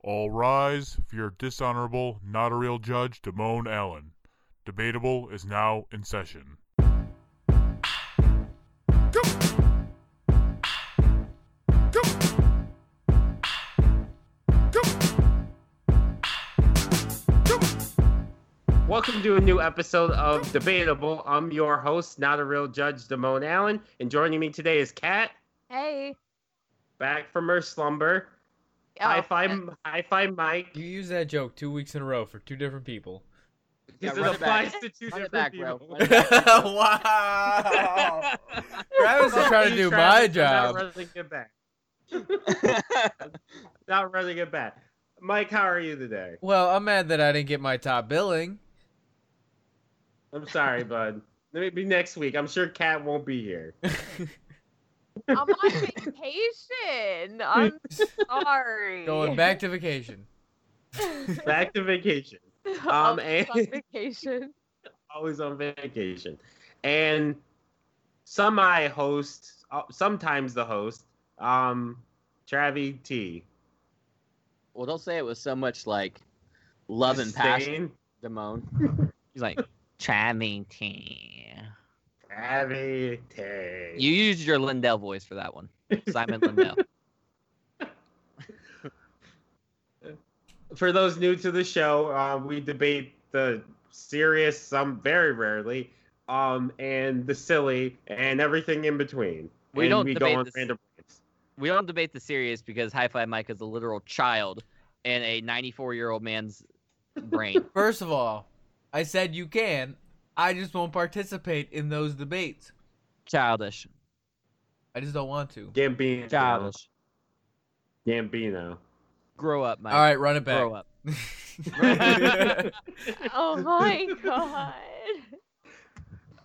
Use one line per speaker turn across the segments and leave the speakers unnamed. All rise for your dishonorable, not a real judge, Damone Allen. Debatable is now in session.
Welcome to a new episode of Debatable. I'm your host, not a real judge, Damone Allen, and joining me today is Kat,
Hey.
back from her slumber.
Oh,
High five, high five, Mike.
You used that joke two weeks in a row for two different people.
Yeah,
This
run it back.
applies to two
Run
different
it back,
people.
bro. Run it back.
wow.
Travis is trying to do my
Travis, I'm
job.
Not running it back. Not running it back. Mike, how are you today?
Well, I'm mad that I didn't get my top billing.
I'm sorry, bud. Maybe next week. I'm sure Kat won't be here.
I'm on vacation. I'm sorry.
Going back to vacation.
Back to vacation.
I'm
um, and-
on vacation.
always on vacation. And some I host, uh, sometimes the host, um, Travi T.
well, don't say it with so much like love and passion, Damone. He's like, Travis T.
Travi T.
You used your Lindell voice for that one, Simon Lindell.
For those new to the show, uh, we debate the serious, some very rarely, um, and the silly, and everything in between.
We
And
don't
we go
debate
on
this-
random rants.
We don't debate the serious because High Five Mike is a literal child in a 94 year old man's brain.
First of all, I said you can. I just won't participate in those debates.
Childish.
I just don't want to.
Gambino.
Childish.
Gambino.
Grow up, Mike.
All right, run it
Grow
back.
up.
Oh my god.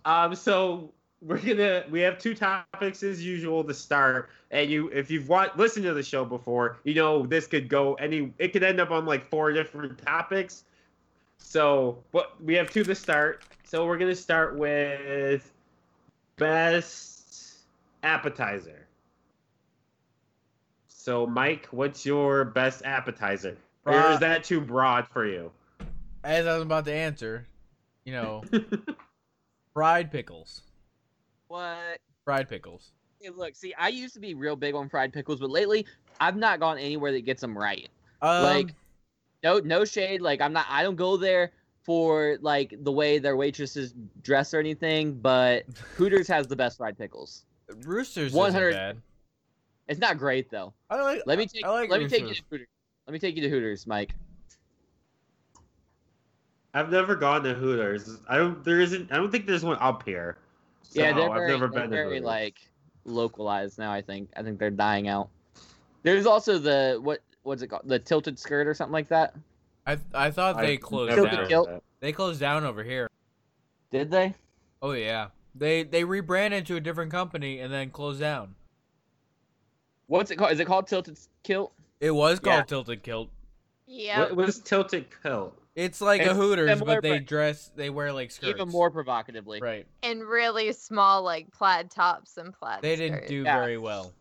Um, so we're gonna we have two topics as usual to start. And you, if you've watched listened to the show before, you know this could go any. It could end up on like four different topics. So, but we have two to start. So we're gonna start with best appetizer. So, Mike, what's your best appetizer? Or is
Broad.
that too broad for you?
As I was about to answer, you know, fried pickles.
What?
Fried pickles.
Hey, look, see, I used to be real big on fried pickles, but lately I've not gone anywhere that gets them right.
Um,
Like- No, no shade. Like I'm not. I don't go there for like the way their waitresses dress or anything. But Hooters has the best fried pickles.
Roosters
100
isn't bad.
It's not great though.
I like.
Let me take.
I like
let me take you
Roosters.
to Hooters. Let me take you to Hooters, Mike.
I've never gone to Hooters. I don't. There isn't. I don't think there's one up here. So
yeah, they're
I've
very,
never
they're
been to
very
Hooters.
like localized now. I think. I think they're dying out. There's also the what what's it called? The tilted skirt or something like that.
I I thought they
I've
closed
never
Tilted
down.
heard
Guilt.
of that.
They closed down over here.
Did they?
Oh yeah, they they rebranded to a different company and then closed down.
What's it called? Is it called tilted kilt?
It was
Yeah.
called Tilted Kilt.
Yeah.
What was tilted kilt?
It's like a
It's
Hooters,
similar,
but they
but-
dress they wear like skirts.
Even more provocatively.
right.
And really small like plaid tops and plaid
They didn't
skirts.
do
Yeah.
very well.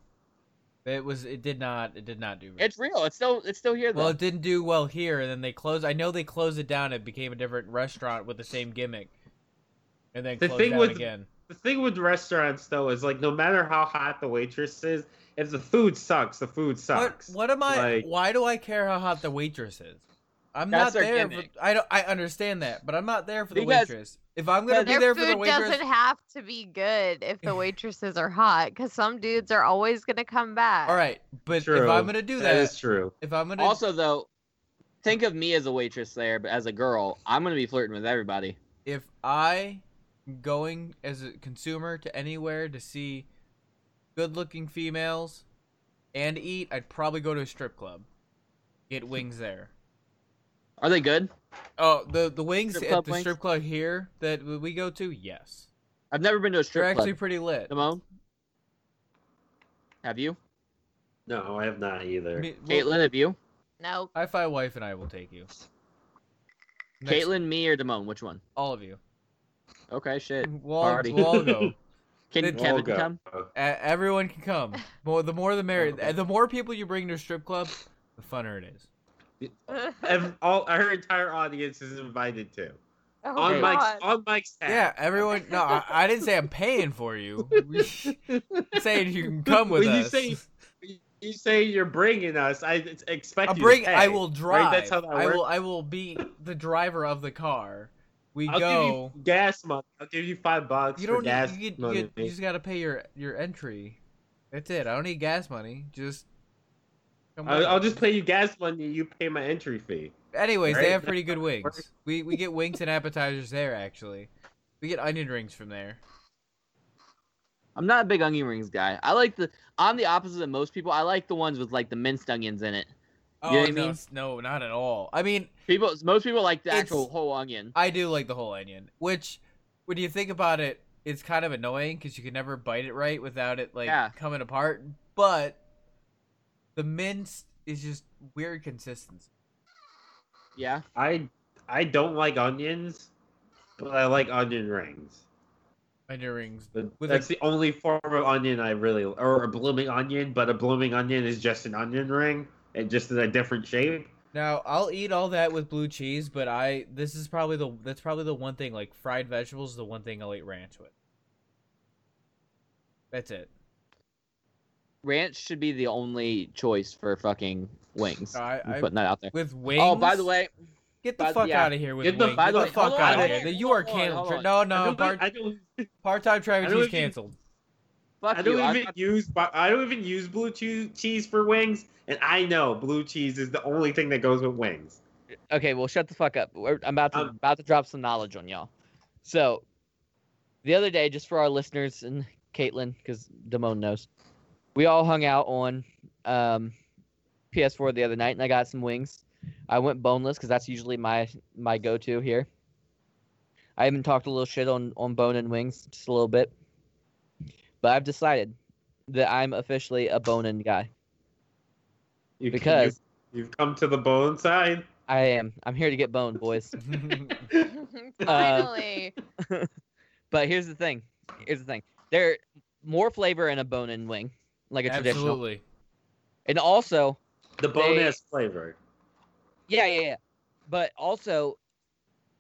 It was it did not it did not do. Very
It's real. It's still it's still here though.
well, it didn't do well here, and then they closed. I know they closed it down. It became a different restaurant with the same gimmick, and then
The
closed
thing
down
with-
again.
The thing with restaurants though is like no matter how hot the waitress is, if the food sucks, the food
What
sucks.
what am I?
Like-
why do I care how hot the waitress is? I'm
That's
not
their
there. For,
gimmick.
I don't. I understand that, but I'm not there for the
Because-
waitress. If I'm gonna be
Their
there for
food
the waitress,
doesn't have to be good if the waitresses are hot, because some dudes are always gonna come back.
all right. But if
True.
I'm gonna do
that is
that,
true.
if I'm gonna
Also, though, think of me as a waitress there, but as a girl, I'm gonna be flirting with everybody.
if I going as a consumer to anywhere to see good looking females and eat, I'd probably go to a strip club. Get wings there.
Are they good?
Oh, the the wings
Strip
at
club
the
wings?
strip club here that we go to, yes.
I've never been to a
They're
strip club.
actually pretty lit.
Simone, have you?
No, I have not either.
Me- well,
Caitlin, have you?
No.
I fi wife and I will take you. Next-
Caitlin, me, or Damone? Which one?
all of you.
Okay, shit.
We'll, all-
Party.
we'll all go.
Can
Then-
Kevin
Olga.
come?
E- everyone can come. More, the more the merrier.
Okay.
The more people you bring to a strip club, the funner it is.
Ev- all her entire audience is invited to
Oh
on
Hey.
Mike's
God.
on Mike's tab.
Yeah, everyone. No, I, I didn't say I'm paying for you. saying you can come with
When you
us.
say- You say you're bringing us. I it's- expect
I
you to
bring.
pay.
I will drive.
That's how that
I will. I will be the driver of the car. We
I'll
go.
give you gas money. I'll give you five bucks
You
for
don't.
gas
Need, you, get-
money.
you, you just gotta pay your your entry. That's it. I don't need gas money. Just. come
I'll,
with
I'll
us.
just pay you gas money. You pay my entry fee.
Anyways,
Right?
they have pretty good
works.
wings. We we get wings and appetizers there actually. We get onion rings from there.
I'm not a big onion rings guy. I like the. I'm the opposite of most people. I like the ones with like the minced onions in it. You
Oh
know what I
no,
mean?
s- no, not at all. I mean,
People, most people like the
It's-
actual whole onion.
I do like the whole onion, which when you think about it, it's kind of annoying because you can never bite it right without it like
Yeah.
coming apart. But the mince is just weird consistency.
Yeah,
I I don't like onions, but I like onion rings.
Onion rings.
But
With
that's the only form of onion I really, or a blooming onion. But a blooming onion is just an onion ring, and just in a different shape.
Now I'll eat all that with blue cheese, but I this is probably the that's probably the one thing like fried vegetables. is The one thing I'll eat ranch with. That's it.
ranch should be the only choice for fucking wings.
I,
I'm
I
putting that out there.
with wings.
Oh, by the way,
get the
by-
fuck
yeah.
out of here with
Get the-
wings.
by
get
the
the
way-
fuck
hold
out
on,
of here.
hold
You are
on, hold
canceled.
on.
No,
I
no,
don't,
part
I don't,
part-time
I
driver
don't
is
even-
canceled.
fuck
I don't
you. I-
even use, bu- I don't even use blue cheese cheese for wings, and I know blue cheese is the only thing that goes with wings.
okay, well, shut the fuck up. We're, I'm about to
Um,
about to drop some knowledge on y'all. So, the other day, just for our listeners and Caitlin, because Damone knows, we all hung out on um, PS4 the other night, and I got some wings. I went boneless because that's usually my my go-to here. I even talked a little shit on on bone and wings just a little bit, but I've decided that I'm officially a bone and guy.
You, you-
Because-
you've come to the bone side.
I am. I'm here to get boned, boys.
Finally.
But here's the thing. Here's the thing. There more flavor in a bone in wing, like a traditional.
Absolutely.
And also,
The bone
They-
has flavor.
yeah, yeah, yeah. But also,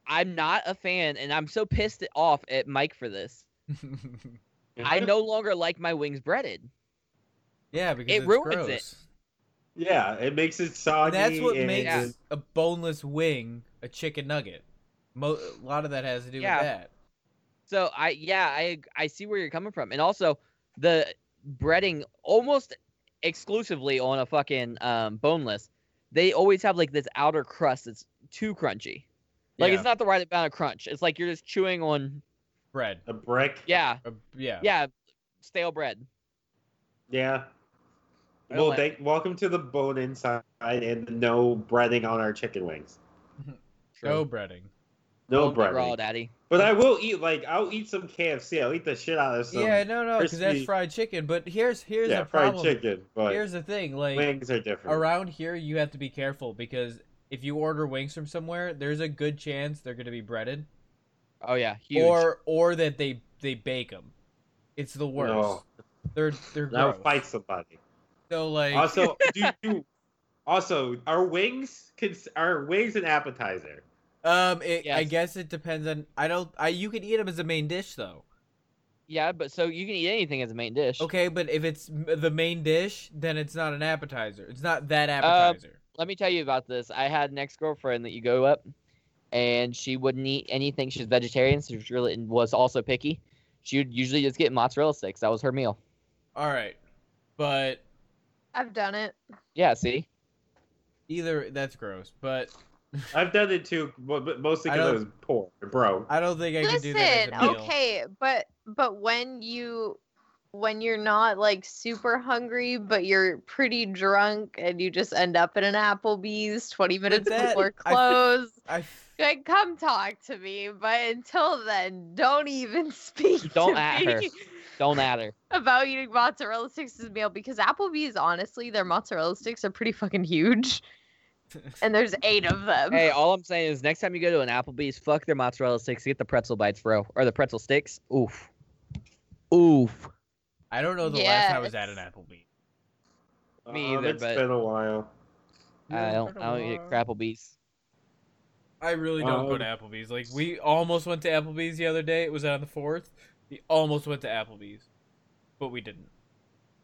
I'm not a fan, and I'm so pissed off at Mike for this. I no longer like my wings breaded.
yeah, because
It
it's
ruins
gross.
it.
Yeah, it makes it soggy.
That's what
and-
makes
Yeah.
a boneless wing a chicken nugget. Mo- a lot of that has to do
Yeah.
with that.
So I, yeah, I, I see where you're coming from, and also the breading almost exclusively on a fucking um, boneless. They always have like this outer crust that's too crunchy. Like
yeah,
it's not the right amount of crunch. It's like you're just chewing on
bread.
a brick.
yeah,
Uh, yeah.
yeah, stale bread.
Yeah.
I don't
Well,
like-
thank, welcome to the bone inside and the no breading on our chicken wings.
No breading.
No
Only raw,
breading.
daddy.
But I will eat like I'll eat some KFC. I'll eat the shit out of some
yeah, no, no, because that's
crispy-
fried chicken. But here's here's
yeah,
the
fried
problem.
chicken. But
Here's the thing. Like
wings are different.
around here, you have to be careful because if you order wings from somewhere, there's a good chance they're going to be breaded,
Oh yeah, huge.
or or that they they bake them. It's the worst.
No.
They're they're
Now
gross.
fight somebody.
So like
Also, do you? Also, are wings cons- are wings an appetizer?
Um, it, I
Yes.
guess it depends on. I don't. I you can eat them as a main dish though.
yeah, but so you can eat anything as a main dish.
Okay, but if it's m- the main dish, then it's not an appetizer. It's not that appetizer.
Let me tell you about this. I had an ex girlfriend that you go up, and she wouldn't eat anything. She's vegetarian, so she really and was also picky. She would usually just get mozzarella sticks. That was her meal.
All right, but
I've done it.
Yeah, see,
either that's gross. But
I've done it too, but but mostly
I
because I
don't-
was poor, bro.
I don't think I can do that
Listen,
as a meal.
okay, but but when you when you're not like super hungry, but you're pretty drunk, and you just end up in an Applebee's 20 minutes
that,
before
I-
close,
I f-
like come talk to me. But until then, don't even speak.
Don't
to
at her.
me
don't add her.
about eating mozzarella sticks as a meal because Applebee's, honestly, their mozzarella sticks are pretty fucking huge, and there's eight of them.
Hey, all I'm saying is next time you go to an Applebee's, fuck their mozzarella sticks. Get the pretzel bites, bro, or the pretzel sticks. Oof, oof.
I don't know the last time I was at
Yes.
an Applebee's.
me
Um,
either,
it's
but-
been a while.
I don't. I don't eat at Crapplebees.
I really don't go
Um,
to Applebee's. Like we almost went to Applebee's the other day. It was on the fourth. We almost went to Applebee's, but we didn't.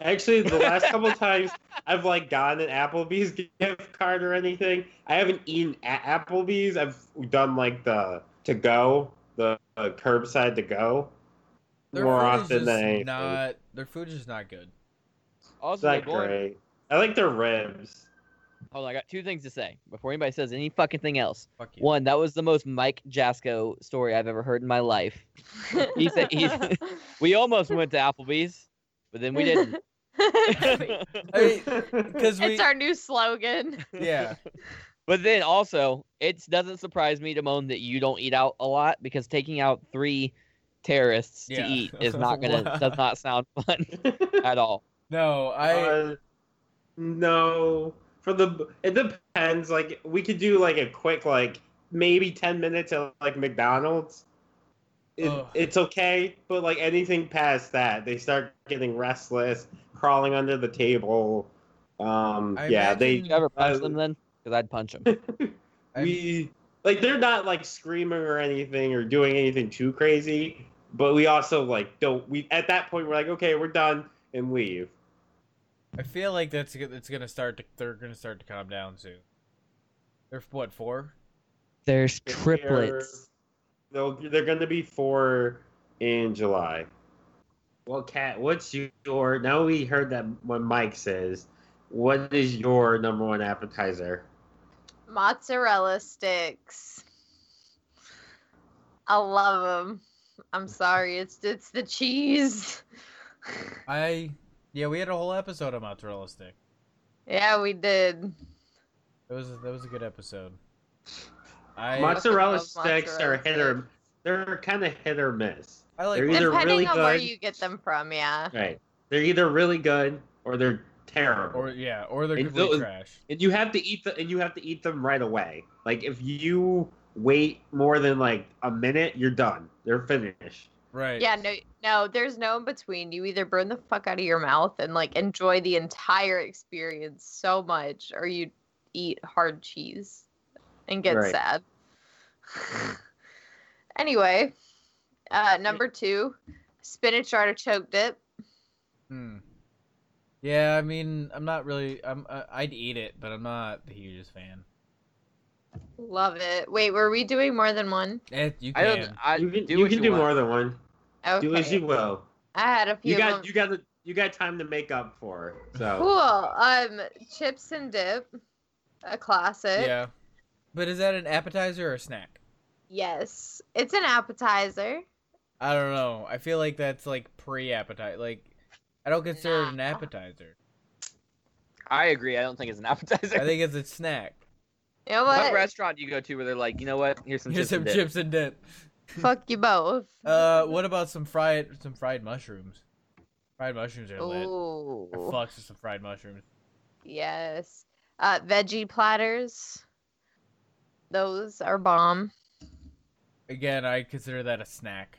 Actually, the last couple times I've like gotten an Applebee's gift card or anything, I haven't eaten at Applebee's. I've done like the to go, the uh, curbside to go, more often than anything.
not. Their food is just not good.
it's
Also,
not
going-
great. I like their ribs.
hold on. I got two things to say before anybody says any fucking thing else.
Fuck you.
One, that was the most Mike Jasko story I've ever heard in my life. He said- he- We almost went to Applebee's, but then we didn't.
Because we,
it's our new slogan.
yeah,
But then also, it doesn't surprise me, Damone, that you don't eat out a lot because taking out three terrorists
Yeah.
to eat is not gonna does not sound fun at all.
no, I.
Uh, no, for the it depends. Like we could do like a quick like maybe ten minutes at like McDonald's. It,
Ugh.
it's okay, but like anything past that, they start getting restless, crawling under the table. Um,
I
yeah,
Did
they
you ever punch
Uh,
them then? Because I'd punch them.
I-
we like they're not like screaming or anything or doing anything too crazy, but we also like don't we at that point we're like okay we're done and leave.
I feel like that's g- it's gonna start. To, they're gonna start to calm down soon. They're what four?
There's
They're-
triplets.
They'll, they're going to be four in July. Well, Kat, what's your. Now we heard that what Mike says. What is your number one appetizer?
Mozzarella sticks. I love them. I'm sorry. It's it's the cheese.
I yeah. We had a whole episode on mozzarella stick.
Yeah, we did.
That was that was a good episode. I
Mozz-
mozzarella
love
sticks are
mozzarella
hit or. They're kind of hit or miss.
I like
they're either
Depending
really
on where
good-
you get them from, yeah.
Right. They're either really good or they're terrible.
or yeah, or they're
And
complete
those-
trash.
and you have to eat the and you have to eat them right away. Like if you wait more than like a minute, you're done. They're finished.
Right.
Yeah, no, no, there's no in between. You either burn the fuck out of your mouth and like enjoy the entire experience so much, or you eat hard cheese and get
Right. Mm.
sad. anyway, uh, number two, spinach artichoke dip.
Hmm. Yeah, I mean, I'm not really. I'm. I- I'd eat it, but I'm not the hugest fan.
Love it. Wait, were we doing more than one?
Eh, you
I
can.
don't. I
you can,
do
you
what
can
you
do
want.
more than one. Do as
Okay.
you will.
I had a few.
You
of
got
them.
you got the, you got time to make up for it. So
cool. Um, chips and dip, a classic.
yeah. But is that an appetizer or a snack?
Yes, it's an appetizer.
I don't know. I feel like that's like pre-appetizer. Like, I don't consider it an appetizer.
I agree. I don't think it's an appetizer.
I think it's a snack.
You know
what
what?
restaurant do you go to where they're like, you know what? Here's some
Here's
chips. and
some
dip."
chips and dip.
Fuck you both.
Uh, what about some fried some fried mushrooms? Fried mushrooms are lit.
Ooh.
I fucks with some fried mushrooms.
Yes. Uh, veggie platters. Those are bomb.
Again, I consider that a snack.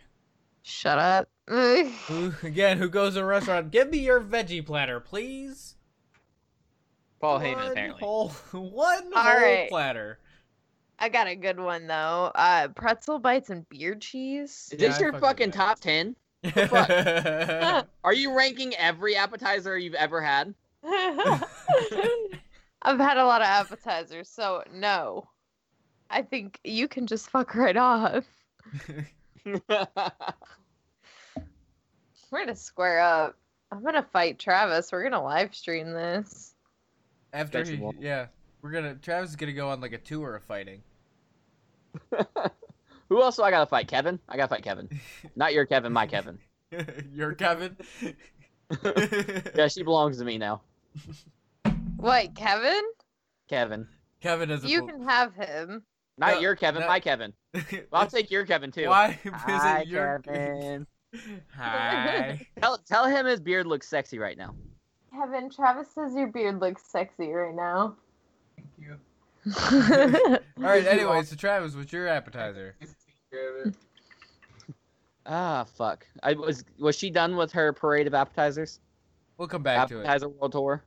Shut up.
Who again? Who goes to a restaurant? Give me your veggie platter, please.
Paul
one
Heyman apparently.
Whole, one
All
whole
right.
platter.
I got a good one though. Uh, pretzel bites and beer cheese.
Is
Yeah,
this
I
your
fucks with
fucking
that.
top ten? Are you ranking every appetizer you've ever had?
I've had a lot of appetizers, so no. I think you can just fuck right off. We're gonna square up. I'm gonna fight Travis. We're gonna live stream this.
After
Bet you
he,
won't.
yeah, we're gonna Travis is gonna go on like a tour of fighting.
Who else do I gotta fight? Kevin? I gotta fight Kevin. Not your Kevin, my Kevin.
You're Kevin.
Yeah, she belongs to me now.
What, Kevin?
Kevin.
Kevin is a
You
bl-
can have him.
Not
No,
your Kevin,
no.
my Kevin. I'll take your Kevin too.
Why is
Hi,
it your
Kevin.
Hi.
Tell, tell him his beard looks sexy right now.
Kevin, Travis says your beard looks sexy right now.
Thank you.
I
All right. Anyway, so Travis, what's your appetizer?
Ah, fuck. I was was she done with her parade of appetizers?
We'll come back to it.
Appetizer World Tour.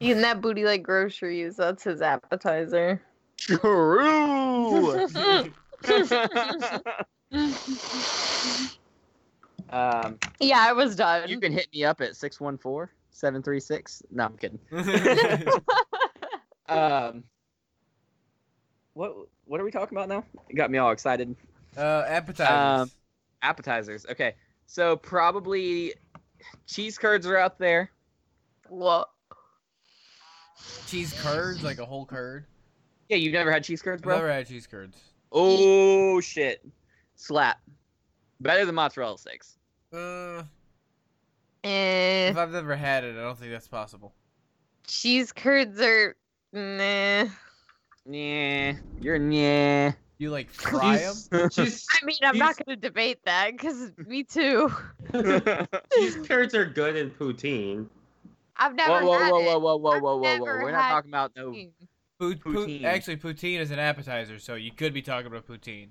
Eating that booty like groceries. That's his appetizer.
True. um,
yeah, I was done.
you can hit me up at 614-736. No, I'm kidding. Um, what what are we talking about now? It got me all excited.
uh,
Um,
appetizers.
Appetizers. Okay, so probably cheese curds are out there.
Whoa.
cheese curds, like a whole curd.
Yeah, you've never had cheese curds,
I've
bro.
never had cheese curds.
Oh shit! Slap. Better than mozzarella sticks.
Uh,
Eh.
if I've never had it, I don't think that's possible.
Cheese curds are. Nah.
Nah, you're nah.
You like fry them?
She's- she's-
I mean, I'm not going to debate that because me too.
Cheese curds are good in poutine.
I've
whoa,
never
whoa,
had
whoa,
it.
whoa, whoa, whoa,
I've
whoa, whoa, whoa!
never
We're not
had
talking about no.
Pout- pout-
Poutine.
actually, poutine is an appetizer, so you could be talking about poutine.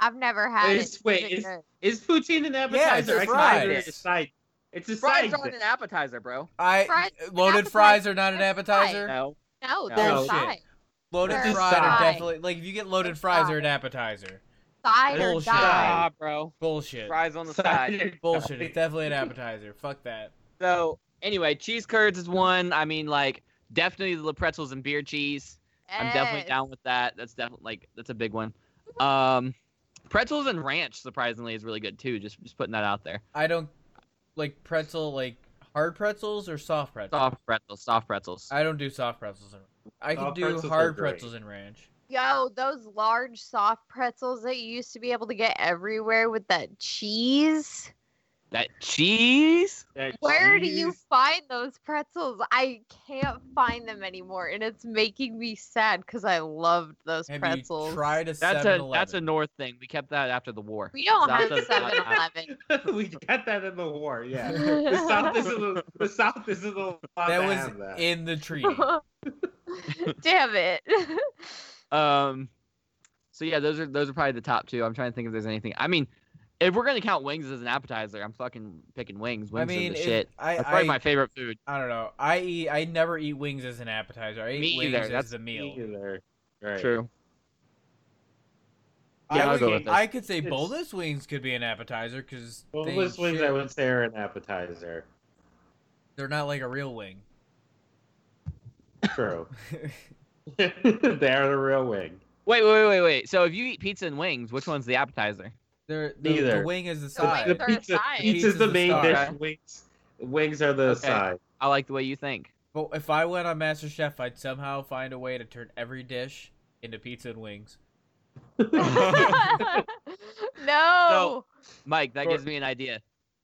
I've never had
Is-
it.
wait,
Is it
is-
good?
Is poutine an appetizer?
it's
I
fries.
consider it a side. It's a
Fries
side.
aren't
dish.
an appetizer, bro.
I
Fries are an
loaded
appetizer.
fries are not an
They're
appetizer.
No.
no,
No.
they're
Bullshit.
side.
Loaded
They're
fries are
fried.
definitely like if you get loaded
They're
fries
fried.
are an appetizer.
Side or
Bullshit.
die.
Nah, Ah, bro.
Bullshit.
Fries on the
Side
side.
dish.
Bullshit. It's definitely an appetizer. Fuck that.
So anyway, cheese curds is one. I mean, like definitely the pretzels and beer cheese. I'm definitely
Yes.
down with that. That's definitely like that's a big one. Um, pretzels and ranch surprisingly is really good too. Just just putting that out there.
I don't like pretzel like hard pretzels or soft pretzels.
Soft pretzels, soft pretzels.
I don't do soft pretzels. And, I can
Soft
do
pretzels are
hard
great.
pretzels and ranch.
Yo, those large soft pretzels that you used to be able to get everywhere with that cheese.
That cheese.
That
Where do you
cheese-
find those pretzels? I can't find them anymore, and it's making me sad because I loved those
Have
pretzels.
you tried a
That's
7-Eleven?
a that's a North thing. We kept that after the war.
We don't
South
have
does not
7
have-
Eleven.
we got that in the war, yeah. The South isn't al- the South isn't allowed
that
to
was
have that.
in the treaty.
Damn it.
Um, so yeah, those are those are probably the top two. I'm trying to think if there's anything. I mean, if we're gonna count wings as an appetizer, I'm fucking picking wings. Wings
I mean,
are the
if-
shit.
I,
That's probably
I,
my favorite food.
I don't know. I eat. I never eat wings as an appetizer. I eat
Me
wings
either.
as
That's
the meal.
Either. Right.
True.
I,
Yeah, I'll
would-
go with this.
I could say
It's-
boneless wings could be an appetizer because
Well, those wings I would say are an appetizer.
they're not like a real wing.
True. they are the real wing.
Wait, wait, wait, wait. So if you eat pizza and wings, which one's the appetizer?
they're the, the
Neither.
wing is the
The
side.
are a
pizza,
side.
pizza's the main
Pizza's a
side.
dish. Wings, wings are the
Okay.
side.
I like the way you think.
But if I went on MasterChef, I'd somehow find a way to turn every dish into pizza and wings.
no.
Mike, that
Sure.
gives me an idea.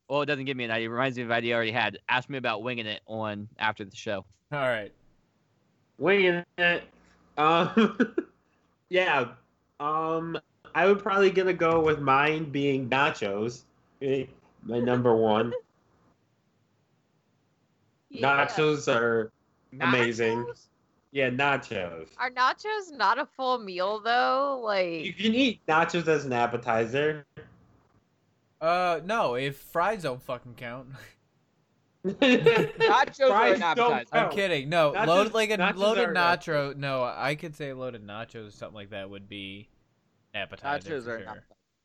Well, it doesn't give me an idea. It reminds me of an idea I already had. Ask me about winging it on after the show.
All right.
Winging it. Um, yeah. Um, I would probably gonna go with mine being nachos. eh, My number one.
Yeah.
Nachos are Amazing.
Nachos?
yeah nachos.
Are nachos not a full meal though?
You
Like,
can eat nachos as an appetizer.
Uh, no. If fries don't fucking count,
Nachos are
Fries
an
don't
appetizer.
I'm
count.
kidding. No,
Nachos-
loaded like a
nachos
loaded
are-
nacho. No, I could say loaded nachos, something like that would be an appetizer.
Nachos
for
are
sure.
not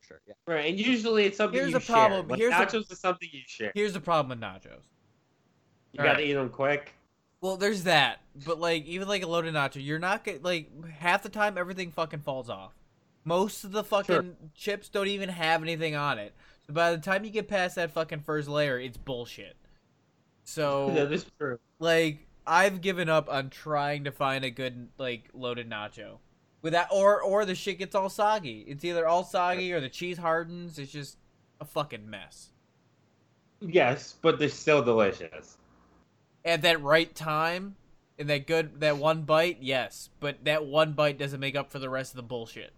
sure. Yeah.
Right, and usually it's something
Here's
you
a problem.
share. Like,
Here's a-
nachos is something you share.
Here's the problem with nachos.
You
All
gotta
right.
eat them quick.
Well, there's that, but like even like a loaded nacho, you're not get, like half the time everything fucking falls off. Most of the fucking chips don't even have anything on it. So by the time you get past that fucking first layer, it's bullshit. So
That is true.
like I've given up on trying to find a good like loaded nacho. With that or or the shit gets all soggy. It's either all soggy or the cheese hardens. It's just a fucking mess.
Yes, but they're still delicious.
at that right time in that good that one bite yes but that one bite doesn't make up for the rest of the bullshit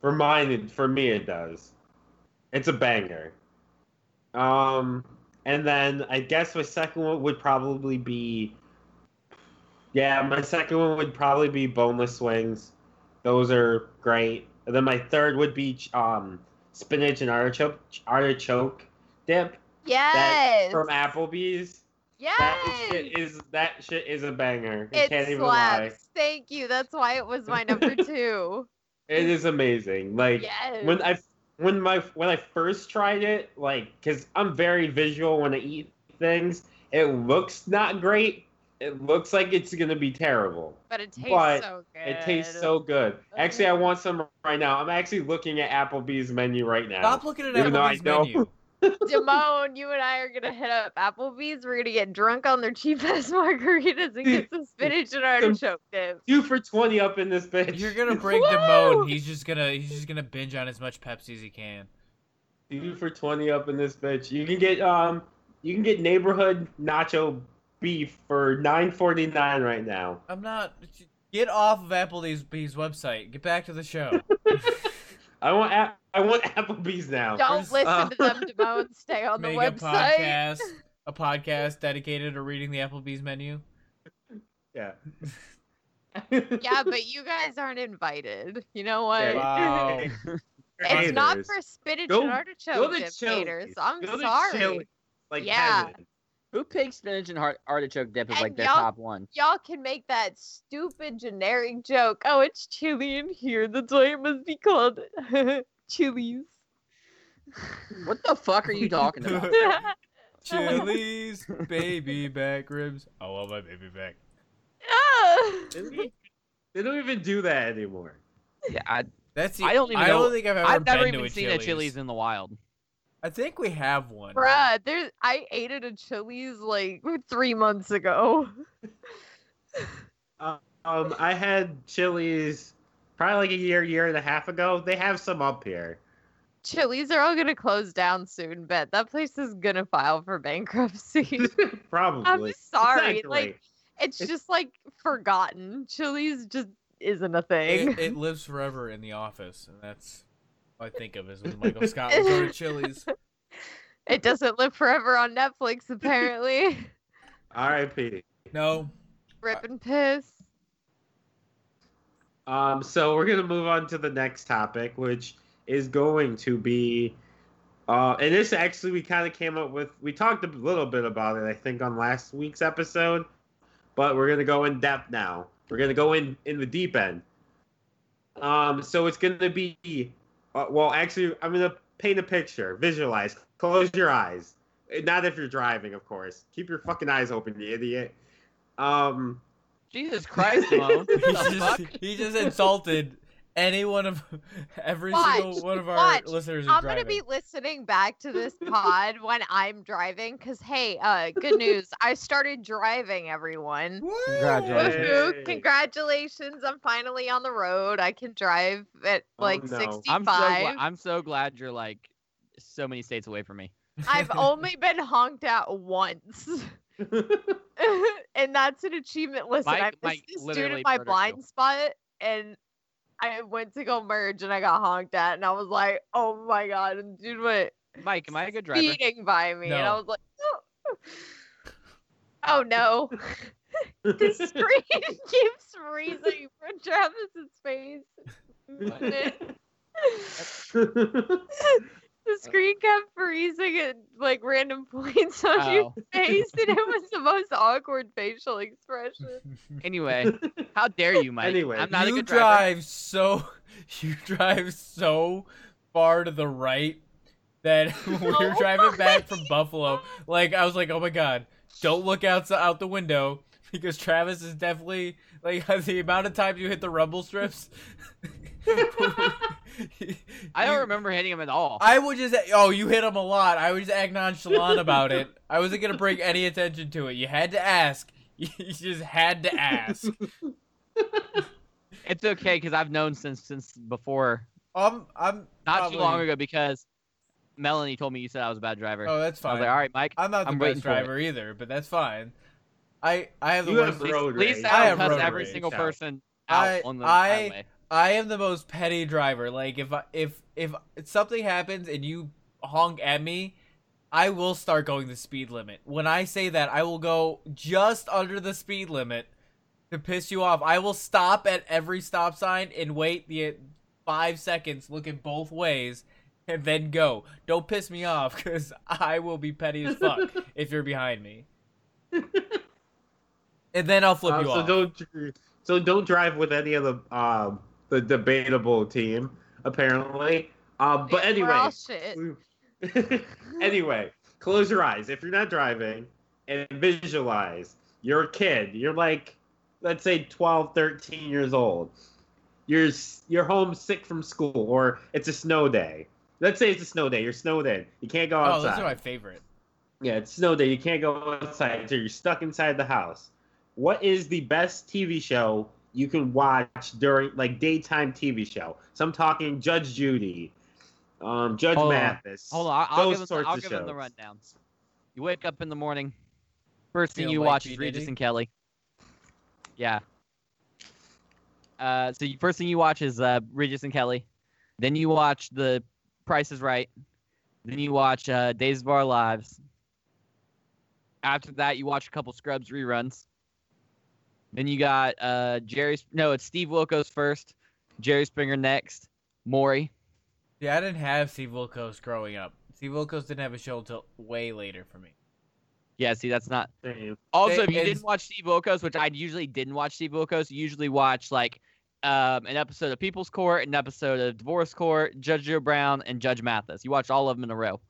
For mine, it- for me, it does. It's a banger. Um, and then I guess my second one would probably be, yeah, my second one would probably be boneless wings. Those are great. And then my third would be um spinach and artichoke artichoke dip
yes.
from Applebee's. That
Yes.
shit is that shit is a banger. I can't
It
even lie.
slaps. Thank you. That's why it was my number two.
It is amazing. Like
Yes.
when I when my when I first tried it, like because I'm very visual when I eat things. It looks not great. It looks like it's gonna be terrible.
but it tastes
but
so good.
It tastes so good. Actually, I want some right now. I'm actually looking at Applebee's menu right now.
Stop looking at
Even though I
Applebee's
know-
menu.
Damone, you and I are gonna hit up Applebee's. We're gonna get drunk on their cheap ass margaritas and get some spinach and artichoke dip.
Two for twenty up in this bitch.
You're gonna break
Woo!
Damone. He's just gonna he's just gonna binge on as much Pepsi as he can.
Two for twenty up in this bitch. You can get um, you can get neighborhood nacho beef for nine forty nine right now.
I'm not. Get off of Applebee's Bee's website. Get back to the show.
I want App- I want Applebee's now.
Don't
There's-
listen
uh,
to them, Damone. Stay on the
Make a
website.
podcast, a podcast dedicated to reading the Applebee's menu.
Yeah.
Yeah, but you guys aren't invited. You know what?
Yeah,
Wow.
It's not
Haters.
for spinach
Go-
and
go
artichoke
to
dip
Chili's.
haters. I'm
Go to
sorry.
Chili's, Like
Yeah.
heaven.
Who picks spinach and heart- artichoke dip as
And
like their
y'all-
top one?
Y'all can make that stupid generic joke. Oh, it's chilly in here. That's why it must be called Chili's.
What the fuck are you talking about?
Chili's baby back ribs. Oh, I love my baby back.
They don't even- They don't even do that anymore.
yeah, I,
That's the,
I don't even
I
know-
don't think I've ever
I've never
been to
even
a
seen
Chili's.
a Chili's in the wild.
I think we have one.
Bruh, there's I ate at a Chili's like three months ago.
Um, I had Chili's probably like a year, year and a half ago. They have some up here.
Chili's are all gonna close down soon, bet. That place is gonna file for bankruptcy.
Probably.
I'm
It's not
sorry. Like
great.
it's just like forgotten. Chili's just isn't a thing.
It, it lives forever in the office, and that's all I think of is when Michael Scott would go to Chili's.
It doesn't live forever on Netflix, apparently.
R.I.P.
No,
Rip and piss.
Um, so we're gonna move on to the next topic, which is going to be, uh, and this actually we kind of came up with. We talked a little bit about it, I think, on last week's episode, but we're gonna go in depth now. We're gonna go in in the deep end. Um, so it's gonna be, uh, well, actually, I'm gonna paint a picture, visualize, close your eyes. Eh, Not if you're driving, of course. Keep your fucking eyes open, you idiot. Um,
Jesus Christ, Malone.
he
What the
just,
fuck?
he just insulted any one of every single
Watch,
one of our
watch.
listeners. who's
I'm
driving.
gonna be listening back to this pod when I'm driving, cause hey, uh, good news, I started driving. Everyone,
Congratulations.
Yay.
Woohoo! Congratulations, I'm finally on the road. I can drive at
Oh,
like
no. I'm so
65.
I'm so, gl- I'm so glad you're like so many states away from me.
I've only been honked at once. and that's an achievement. Listen,
Mike-
I missed
Mike
this dude
literally
in my
murdered you.
blind spot, and I went to go merge, and I got honked at, and I was like, "Oh my god!" And the dude went
Mike, am I a good driver?
speeding by me, and I
No.
was like, "Oh, oh no!" the screen keeps freezing from Travis's face. the screen kept freezing at like random points on your
Oh.
face, and it was the most awkward facial expression.
Anyway, how dare you, Mike?
Anyway,
I'm not
you
a good driver.
drive so you drive so far to the right that when we were
No.
driving back from Buffalo, like I was like, oh my god, don't look outside out the window because Travis is definitely like the amount of times you hit the rumble strips.
I don't
You-
remember hitting him at all.
I would just oh you hit him a lot. I would just act nonchalant about it. I wasn't gonna bring any attention to it. You had to ask. You just had to ask.
it's okay because I've known since since before,
I'm Um, I'm
not
probably-
too long ago, because Melanie told me you said I was a bad driver.
Oh, that's
I
fine.
was like, all right, Mike.
I'm not the
I'm waiting
best
for it."
driver either, but that's fine. I I have the
You
worst.
have road
At least
rage.
I
I
have
don't cuss
road
every
rage,
single
so.
person out
I-
on the
I-
highway.
I am the most petty driver. Like if I, if if something happens and you honk at me, I will start going the speed limit. When I say that, I will go just under the speed limit to piss you off. I will stop at every stop sign and wait the five seconds, looking both ways, and then go. Don't piss me off, cause I will be petty as fuck if you're behind me. and then I'll flip
Uh,
you
so
off.
don't dr- so don't drive with any of the um the debatable team apparently. Um, but
We're all
anyway,
shit.
anyway, close your eyes. If you're not driving and visualize, you're a kid. You're like, let's say 12, 13 years old. You're s- you're home sick from school, or it's a snow day. Let's say it's a snow day. You're snowed in. You can't go
oh,
outside.
those are my favorite.
Yeah, it's snow day. You can't go outside, so you're stuck inside the house. What is the best TV show you can watch during like daytime TV show? So I'm talking Judge Judy, um, Judge
Hold on.
Mathis.
Hold on, I'll, I'll
those
give him,
sorts
the, I'll
of
give him the
shows.
rundown. You wake up in the morning. First thing
Feel
you
like
watch
P.
is Regis
Diddy?
and Kelly. Yeah. Uh, so you, first thing you watch is uh, Regis and Kelly. Then you watch The Price is Right. Then you watch uh, Days of Our Lives. After that, you watch a couple Scrubs reruns. Then you got uh, Jerry. Sp- No, it's Steve Wilkos first. Jerry Springer next. Maury.
Yeah, I didn't have Steve Wilkos growing up. Steve Wilkos didn't have a show until way later for me.
Yeah, see, that's not
Damn.
Also,
They-
if you
and-
didn't watch Steve Wilkos, which I usually didn't watch Steve Wilkos, you usually watch like um, an episode of People's Court, an episode of Divorce Court, Judge Joe Brown, and Judge Mathis. You watch all of them in a row.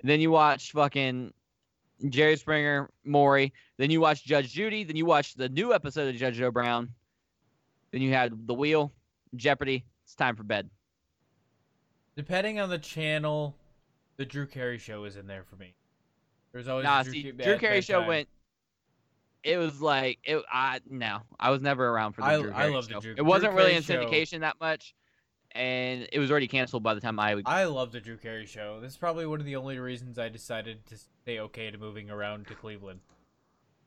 And then you watch fucking Jerry Springer, Maury. Then you watch Judge Judy. Then you watch the new episode of Judge Joe Brown. Then you had The Wheel, Jeopardy. It's time for bed.
Depending on the channel, the Drew Carey show is in there for me. There's always
Nah,
a Drew,
see,
Ca-
Drew
at
Carey show
bedtime.
went. It was like it. I no, I was never around for the
I-
Drew
I
Carey
love the
show.
Drew-
It wasn't
Drew
really
Carey show.
in syndication that much, and it was already canceled by the time I would.
I love the Drew Carey show. This is probably one of the only reasons I decided to stay okay to moving around to Cleveland.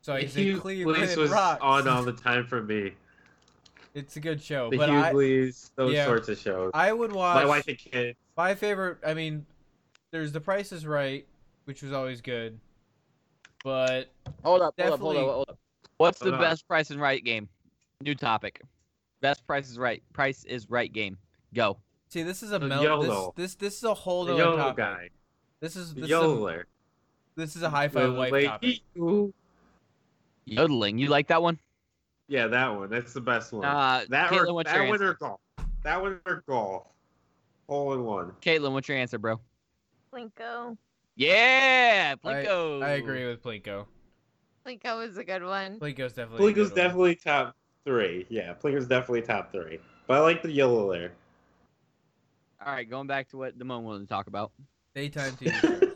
So I say
The
Cleveland
Hughes was
rocks.
on all the time for me.
It's a good show,
The
but I,
Hughleys, those
yeah.
sorts of shows.
I would watch.
My wife and kids.
My favorite, I mean, there's The Price is Right, which was always good, but
Hold up,
hold up, hold up, Definitely-
up. What's the
Hold on.
best Price is Right game? New topic. Best Price is Right. Price is Right game. Go.
see, this is a
The
mel- this,
YOLO.
this this is a whole
The
other
Yolo
topic.
guy.
This is
The
this is a,
Yodeler.
this is a hi-fi
The
wife
lady
topic.
who-
Yodeling. You like that one?
Yeah, that one. That's the best one.
Uh,
that
Caitlin,
or,
what's
that
your
one
answer?
or golf. That one or golf. Hole in one.
Caitlin, what's your answer, bro?
Plinko.
Yeah,
I-
Plinko.
I agree with Plinko.
Plinko is a good one.
Plinko's definitely. a
Plinko's
good one.
definitely top three. Yeah, Plinko's definitely top three. But I like the yellow there.
All right, going back to what Damone wanted to talk about.
daytime TV. show.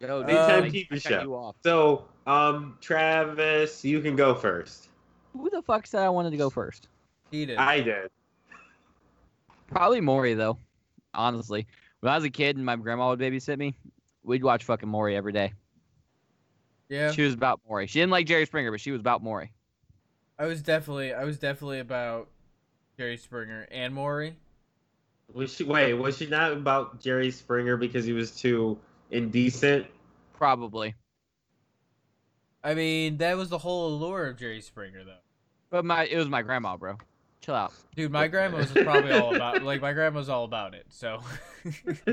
Go.
Um,
Damone.
Daytime
I
TV
cut
show.
You off.
So, um, Travis, you can go first.
Who the fuck said I wanted to go first?
He did.
I did.
Probably Maury though. Honestly, when I was a kid and my grandma would babysit me, we'd watch fucking Maury every day.
yeah,
She was about Maury. She didn't like Jerry Springer, but she was about Maury.
I was definitely I was definitely about Jerry Springer and Maury.
Was she wait? Was she not about Jerry Springer because he was too indecent?
Probably.
I mean, that was the whole allure of Jerry Springer, though.
But my it was my grandma, bro. Chill out.
Dude, my grandma was probably all about like my grandma's all about it. So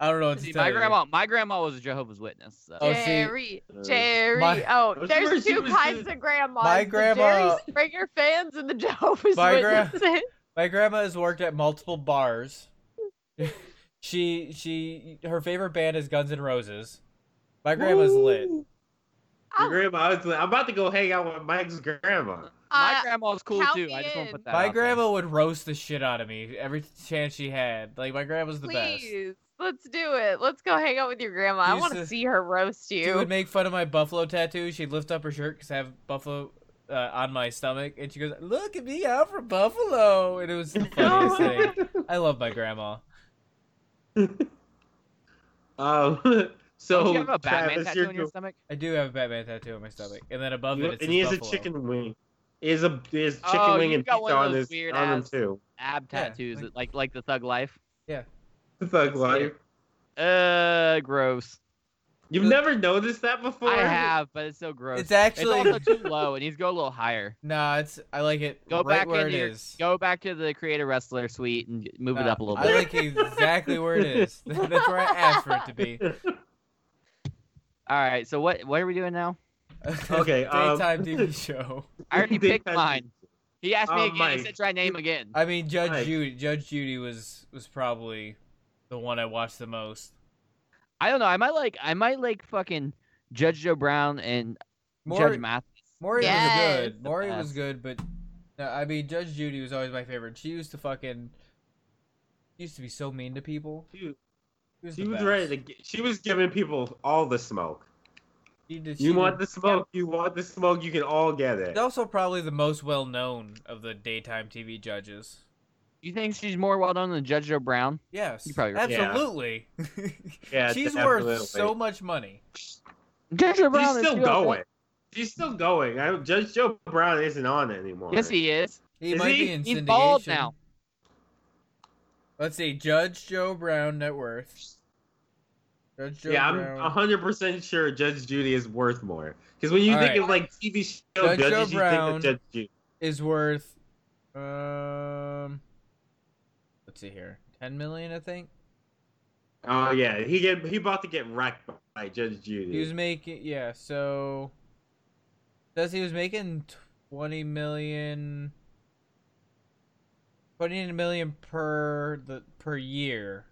I don't know what to
See,
tell
my
you.
grandma my grandma was a Jehovah's Witness. So.
Oh, see-
Jerry,
Uh,
Jerry.
my-
oh,
I was wondering
there's
if she
two
was
kinds
gonna-
of grandmas.
My
the
grandma-
Jerry Springer fans and the Jehovah's
My gra-
Witnesses.
My grandma has worked at multiple bars. she she her favorite band is Guns N' Roses. My grandma's lit.
Your
Oh,
grandma. I was, I'm about to go hang out with Mike's grandma.
my
uh,
grandma was cool
count
too.
me
I just want to
in.
put that
My
out there.
grandma would roast the shit out of me every chance she had. Like my grandma's the best.
please, let's do it. Let's go hang out with your grandma. I
She's
want
the-
to see her roast
She
you.
would make fun of my buffalo tattoo. She'd lift up her shirt because I have buffalo uh, on my stomach, and she goes, "Look at me, I'm from Buffalo," and it was the funniest thing. I love my grandma.
Um. So
Don't you have a Batman
Travis,
tattoo
you're
on your
go-
stomach?
I do have a Batman tattoo on my stomach, and then above
You-
it, it's
and he
this
has
buffalo.
a chicken wing. He has a he has chicken
Oh,
wing
you've
and
got
pizza
one of
on
those
his
weird
on him
ass-
too.
Ab
Yeah,
tattoos,
like-
like like the Thug Life.
Thug life.
Uh, gross.
You've never noticed that before.
I have, but it's so gross.
It's actually
it's also too low. It needs to go a little higher.
nah. It's I like it.
Go
right
back
where it
into your-
is.
Go back to the creator wrestler suite and move it
Nah,
up a little
I
bit.
like exactly where it is. That's where I asked for it to be.
All right. So what what are we doing now?
Okay, um,
Daytime TV show.
I already
Big
picked
Bad
mine. He asked me
Oh,
again.
Mike.
He said try name again.
I mean, Judge
Right.
Judy. Judge Judy was was probably the one I watched the most.
I don't know. I might like I might like fucking Judge Joe Brown and
Maury,
Judge Mathis.
Maury
Yes.
was good. Maury was
best.
good, but no, I mean, Judge Judy was always my favorite. She used to fucking she used to be so mean to people.
She,
She was,
she
the
was
best.
ready to. Get, she was giving people all the smoke.
She did, she
You want
did-
the smoke? You want the smoke? You can all get it.
She's also probably the most well known of the daytime TV judges.
You think she's more well known than Judge Joe Brown?
Yes,
You're probably right.
Yeah.
absolutely.
Yeah,
she's
definitely.
worth so much money.
Judge Joe Brown
She's
is
still
doing okay.
going. She's still going. I, Judge Joe Brown isn't on anymore.
Yes, he is.
He
Is
might
he?
be in
He's
syndication.
bald now.
Let's see, Judge Joe Brown net worth. Judge Joe
yeah,
Brown.
I'm 100% sure Judge Judy is worth more. Because when you
All
think
right.
of like TV show
Judge Joe
judges, you
Brown.
think of Judge Judy.
is worth um let's see here 10 million i think
Oh yeah, he get he about to get wrecked by Judge Judy.
he was making yeah so says he was making 20 million 20 million per the per year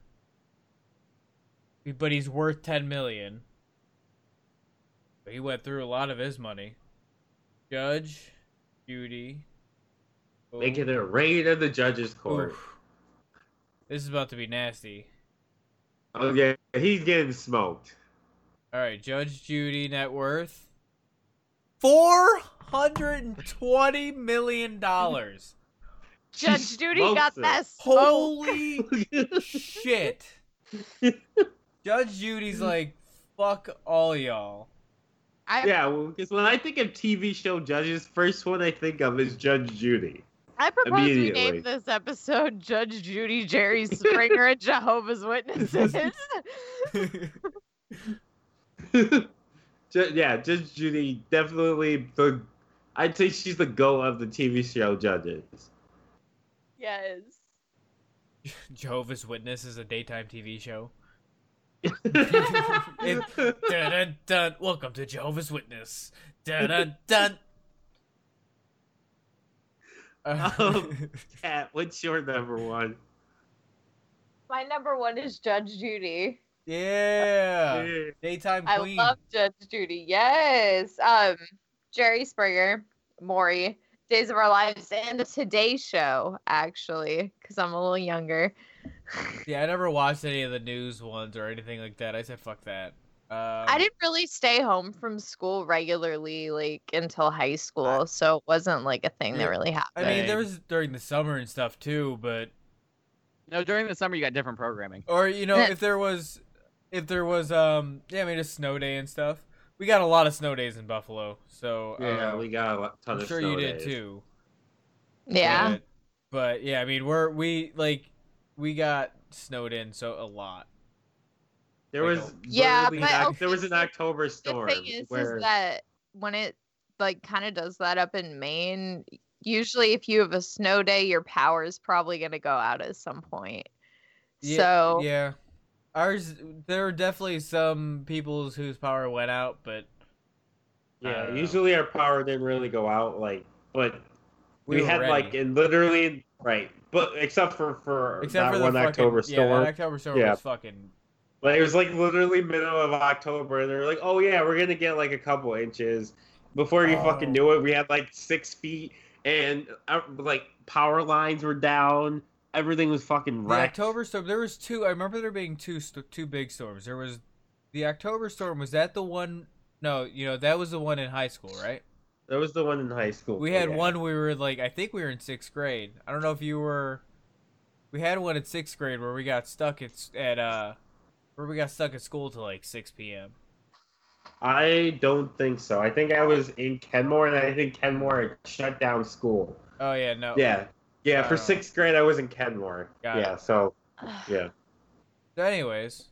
but he's worth 10 million but he went through a lot of his money judge judy
Make it a raid of the judges court.
Oof. This is about to be nasty.
Oh yeah, he's getting smoked.
All right, Judge Judy net worth four hundred and twenty million dollars.
Judge Judy
smokes
got Oh,
it.
that
Holy
smoke.
shit! Judge Judy's like, fuck all y'all.
I,
yeah, because when I think of TV show judges, first one I think of is Judge Judy.
I propose we
Immediately.
name this episode Judge Judy, Jerry Springer, and Jehovah's Witnesses.
Ju- yeah, Judge Judy definitely the. I'd say she's the go of the TV show judges.
yes.
Jehovah's Witness is a daytime TV show.
It-
Dun dun dun. Welcome to Jehovah's Witness. Dun dun dun. Uh,
Um, Kat, what's your number one?
My number one is Judge Judy.
yeah. Daytime
I
queen.
love Judge Judy. Yes. Um, Jerry Springer, Maury, Days of Our Lives, and the Today Show, actually, because I'm a little younger.
yeah, I never watched any of the news ones or anything like that. I said fuck that. Um,
I didn't really stay home from school regularly, like until high school, so it wasn't like a thing
Yeah.
that really
I
happened.
mean, there
Dang.
was during the summer and stuff too, but
No, during the summer you got different programming.
or you know, if there was, if there was, um, yeah, I mean, a snow day and stuff. We got a lot of snow days in Buffalo, so uh,
Yeah, we got a lot- ton
I'm
of
sure
snow
you did
days.
too.
yeah.
But, but, yeah, I mean, we're we like we got snowed in so a lot.
There was
Yeah,
literally
but
an,
okay,
there was an
so
October
The
storm
thing is,
where
is that when it like kind of does that up in Maine, usually if you have a snow day, your power is probably going to go out at some point.
Yeah,
so
Yeah, ours. There were definitely some people's whose power went out, but I
yeah,
don't know.
usually our power didn't really go out like, but we,
were
had
ready.
like in literally right, but except for for
except
that
for the
one
fucking,
October
yeah, that
storm.
October storm
Yeah.
was fucking.
Like it was like literally middle of October, and they're like, "Oh yeah, we're gonna get like a couple inches." Before you fucking
Oh.
knew it, we had like six feet, and uh, like power lines were down. Everything was fucking
The
wrecked.
October storm. There was two. I remember there being two st- two big storms. There was the October storm. Was that the one? No, you know that was the one in high school, right?
That was the one in high school.
We had
yeah.
one. We were like, I think we were in sixth grade. I don't know if you were. We had one in sixth grade where we got stuck at s- at uh, where we got stuck at school till like six p.m.
I don't think so. I think I was in Kenmore, and I think Kenmore had shut down school.
Oh yeah, no.
Yeah, yeah.
Wow.
For sixth grade, I was in Kenmore.
Got
yeah. So yeah.
So anyways,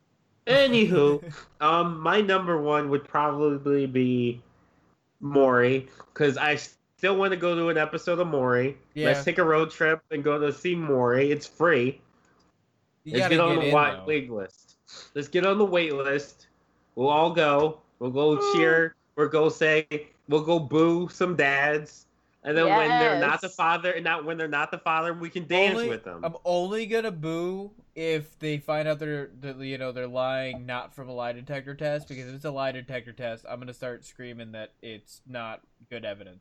Anywho, um, my number one would probably be Maury because I still want to go to an episode of Maury.
Yeah.
Let's take a road trip and go to see Maury. It's free.
you
Let's
gotta
get on
get
the
in,
wi-
though.
wait list. Let's get on the wait list. We'll all go. We'll go cheer. We'll go say. We'll go boo some dads. And then when they're not the
Yes.
father, and not when they're not the father, we can dance
Only-
with them.
I'm only gonna boo if they find out they're, that, you know, they're lying not from a lie detector test because if it's a lie detector test, I'm gonna start screaming that it's not good evidence.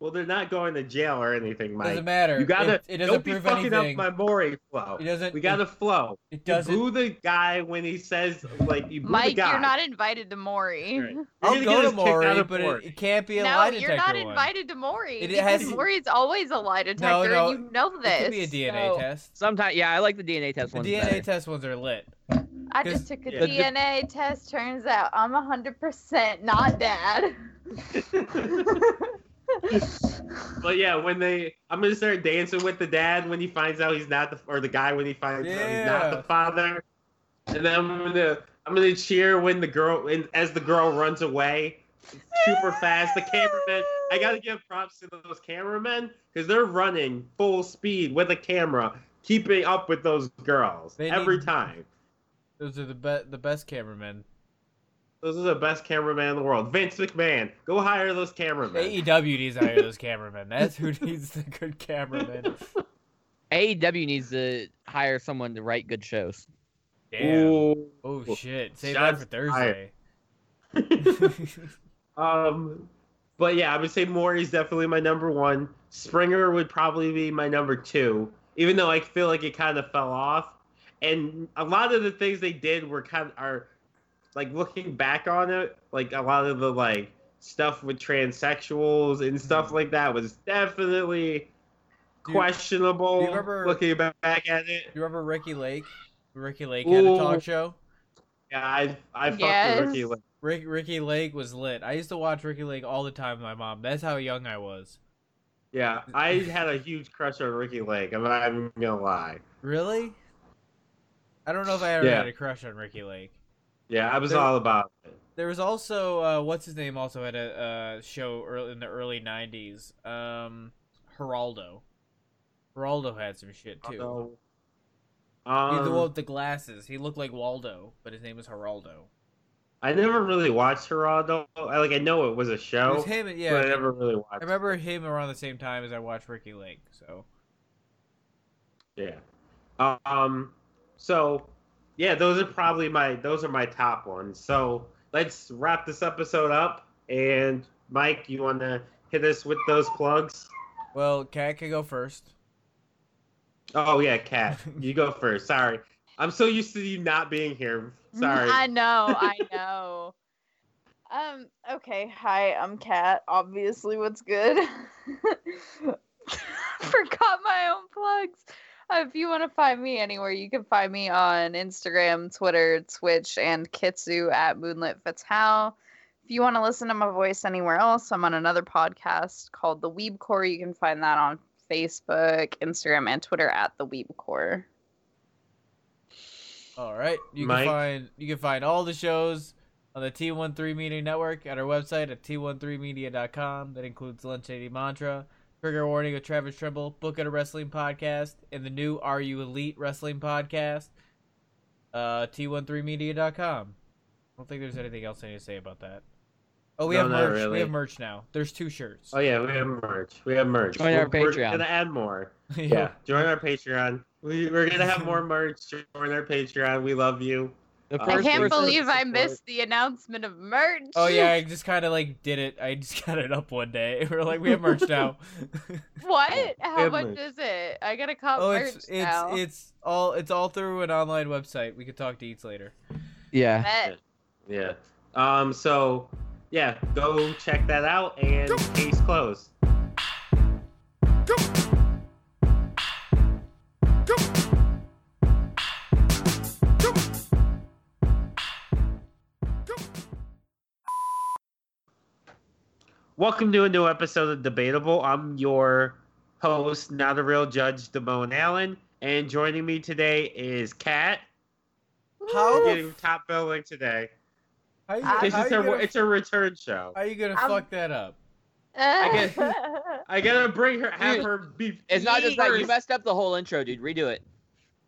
Well, they're not going to jail or anything, Mike.
doesn't matter.
You gotta
It, it doesn't
don't be
prove
fucking
anything.
up my Maury flow.
It doesn't.
we gotta flow.
It, it
You
doesn't.
boo the guy when he says like you boo the
Mike,
guy.
you're not invited to Maury.
Right. You're
I'll
gonna
go
get
to
us kicked out
Maury,
of
but
Maury.
it, it can't be a
no,
lie
you're
detector
not
one.
invited to Maury.
It
because
has-
Maury's always a lie detector,
no,
and you know
It
this.
could be a DNA
So-
test.
Sometimes, yeah, I like the DNA test
The
one.
DNA
better.
test ones are lit.
I
'Cause-
just took a
Yeah.
DNA test. Turns out I'm 100% not dad.
But yeah, when they, I'm gonna start dancing with the dad when he finds out he's not the, or the guy when he finds out he's
Yeah.
not the father. And then I'm gonna, I'm gonna cheer when the girl, and as the girl runs away, super fast. The cameraman, I gotta give props to those cameramen because they're running full speed with a camera, keeping up with those girls
They
every
need-
time.
Those are the best. The best cameramen.
Those are the best cameraman in the world. Vince McMahon, go hire those cameramen.
AEW E needs to hire those cameramen. That's who needs the good cameramen.
AEW E needs to hire someone to write good shows.
Damn.
Ooh.
Oh shit! Save
Shots
that for Thursday.
Um, but yeah, I would say Maury's definitely my number one. Springer would probably be my number two, even though I feel like it kind of fell off. And a lot of the things they did were kind of are like looking back on it, like a lot of the like stuff with transsexuals and stuff like that was definitely
Mm-hmm. Do you-
questionable.
do you remember-
looking ba- back at it?
you remember Ricky Lake? Ricky Lake had a
Ooh.
talk show.
Yeah, I I fucked
Yes.
with Ricky. Lake.
Rick, Ricky Lake was lit. I used to watch Ricky Lake all the time with my mom. That's how young I was.
Yeah, I had a huge crush on Ricky Lake. I'm not even gonna lie.
Really? I don't know if I ever
Yeah.
had a crush on Ricky Lake.
Yeah, I was
There-
all about it.
There was also uh, what's his name also had a uh, show early, in the early '90s. Um, Geraldo. Geraldo had some shit too.
Um,
He's the one
um,
with the glasses. He looked like Waldo, but his name was Geraldo.
I never really watched Geraldo. I like I know it was a
It
show,
was him. and- Yeah,
but I never really watched.
I remember him around the same time as I watched Ricky Lake. So
it. Yeah. Um. So, yeah, those are probably my those are my top ones. So let's wrap this episode up. And Mike, you want to hit us with those plugs?
Well, Cat can go first.
Oh yeah, Kat, you go first. Sorry, I'm so used to you not being here. Sorry.
Mm, I know, I know. Um, okay, hi, I'm Kat. Obviously, what's good? Forgot my own plugs. Uh, If you want to find me anywhere, you can find me on Instagram, Twitter, Twitch, and Kitsu at Moonlit Fatale. If you want to listen to my voice anywhere else, I'm on another podcast called The Weeb Core. You can find that on Facebook, Instagram, and Twitter at The Weeb Core.
All right, you
Mike?
can find you can find all the shows on the T13 Media Network at our website at t13media.com. That includes Lunch 80 Mantra, Trigger Warning with Travis Trimble, Book at a Wrestling Podcast, and the new Are You Elite Wrestling Podcast. Uh, t13media.com. I don't think there's anything else I need to say about that. Oh, we
No,
have
not
merch. We
really.
have merch now. There's two shirts.
Oh yeah, we have merch. We have merch.
Join our
We're- We're
Patreon.
gonna add more. Oh, Yeah, join our Patreon. We, we're gonna have more merch. Join our Patreon. We love you.
The
I
I
First
can't
person-
believe I
support.
missed the announcement of merch.
Oh yeah, I just kind of like did it. I just got it up one day. We're like, we have merch now.
What? How
have
much
merch.
is it? I gotta cop
oh,
merch
it's
now.
it's it's all it's all through an online website. We could talk to Eats later.
Yeah.
Bet.
Yeah. Um. So, yeah, go check that out and case closed. Welcome to a new episode of Debatable. I'm your host, not a real judge, Damone Allen, and joining me today is Kat.
How the
getting top billing today?
How you,
Uh,
It's
how
just
you
a,
gonna,
it's a return show.
how you gonna
I'm-
fuck that up?
guess- I gotta bring her, have
Dude,
her be.
It's not just that. You
first.
messed up the whole intro, dude. Redo it.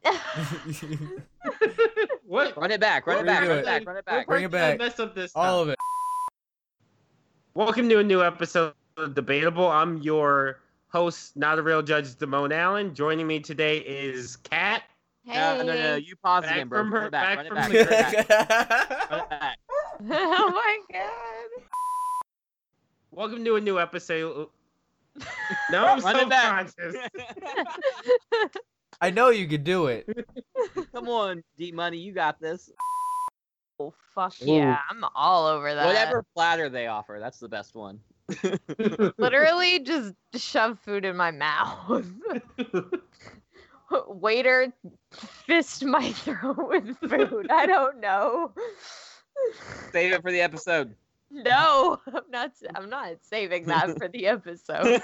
What?
Run it back. Run it
Redo
back. Run
it.
it back. Run it back.
Bring it
Where'd I
back.
Mess up this.
All
time?
of it.
Welcome to a new episode of Debatable. I'm your host, not a real judge, Damone Allen. Joining me today is Kat.
Hey.
No, no, no. You pause
Back
again, bro.
from
Run
her-
it back.
back
Run it
from
back.
her-
Run it back. Run it back.
oh my god.
Welcome to a new episode. No, I'm
Run it back.
self-conscious.
I know you could do it.
Come on, D Money. You got this.
Oh fuck yeah. I'm all over that.
Whatever platter they offer, that's the best one.
Literally just shove food in my mouth. Waiter fist my throat with food. I don't know.
Save it for the episode.
No, I'm not I'm not saving that for the episode.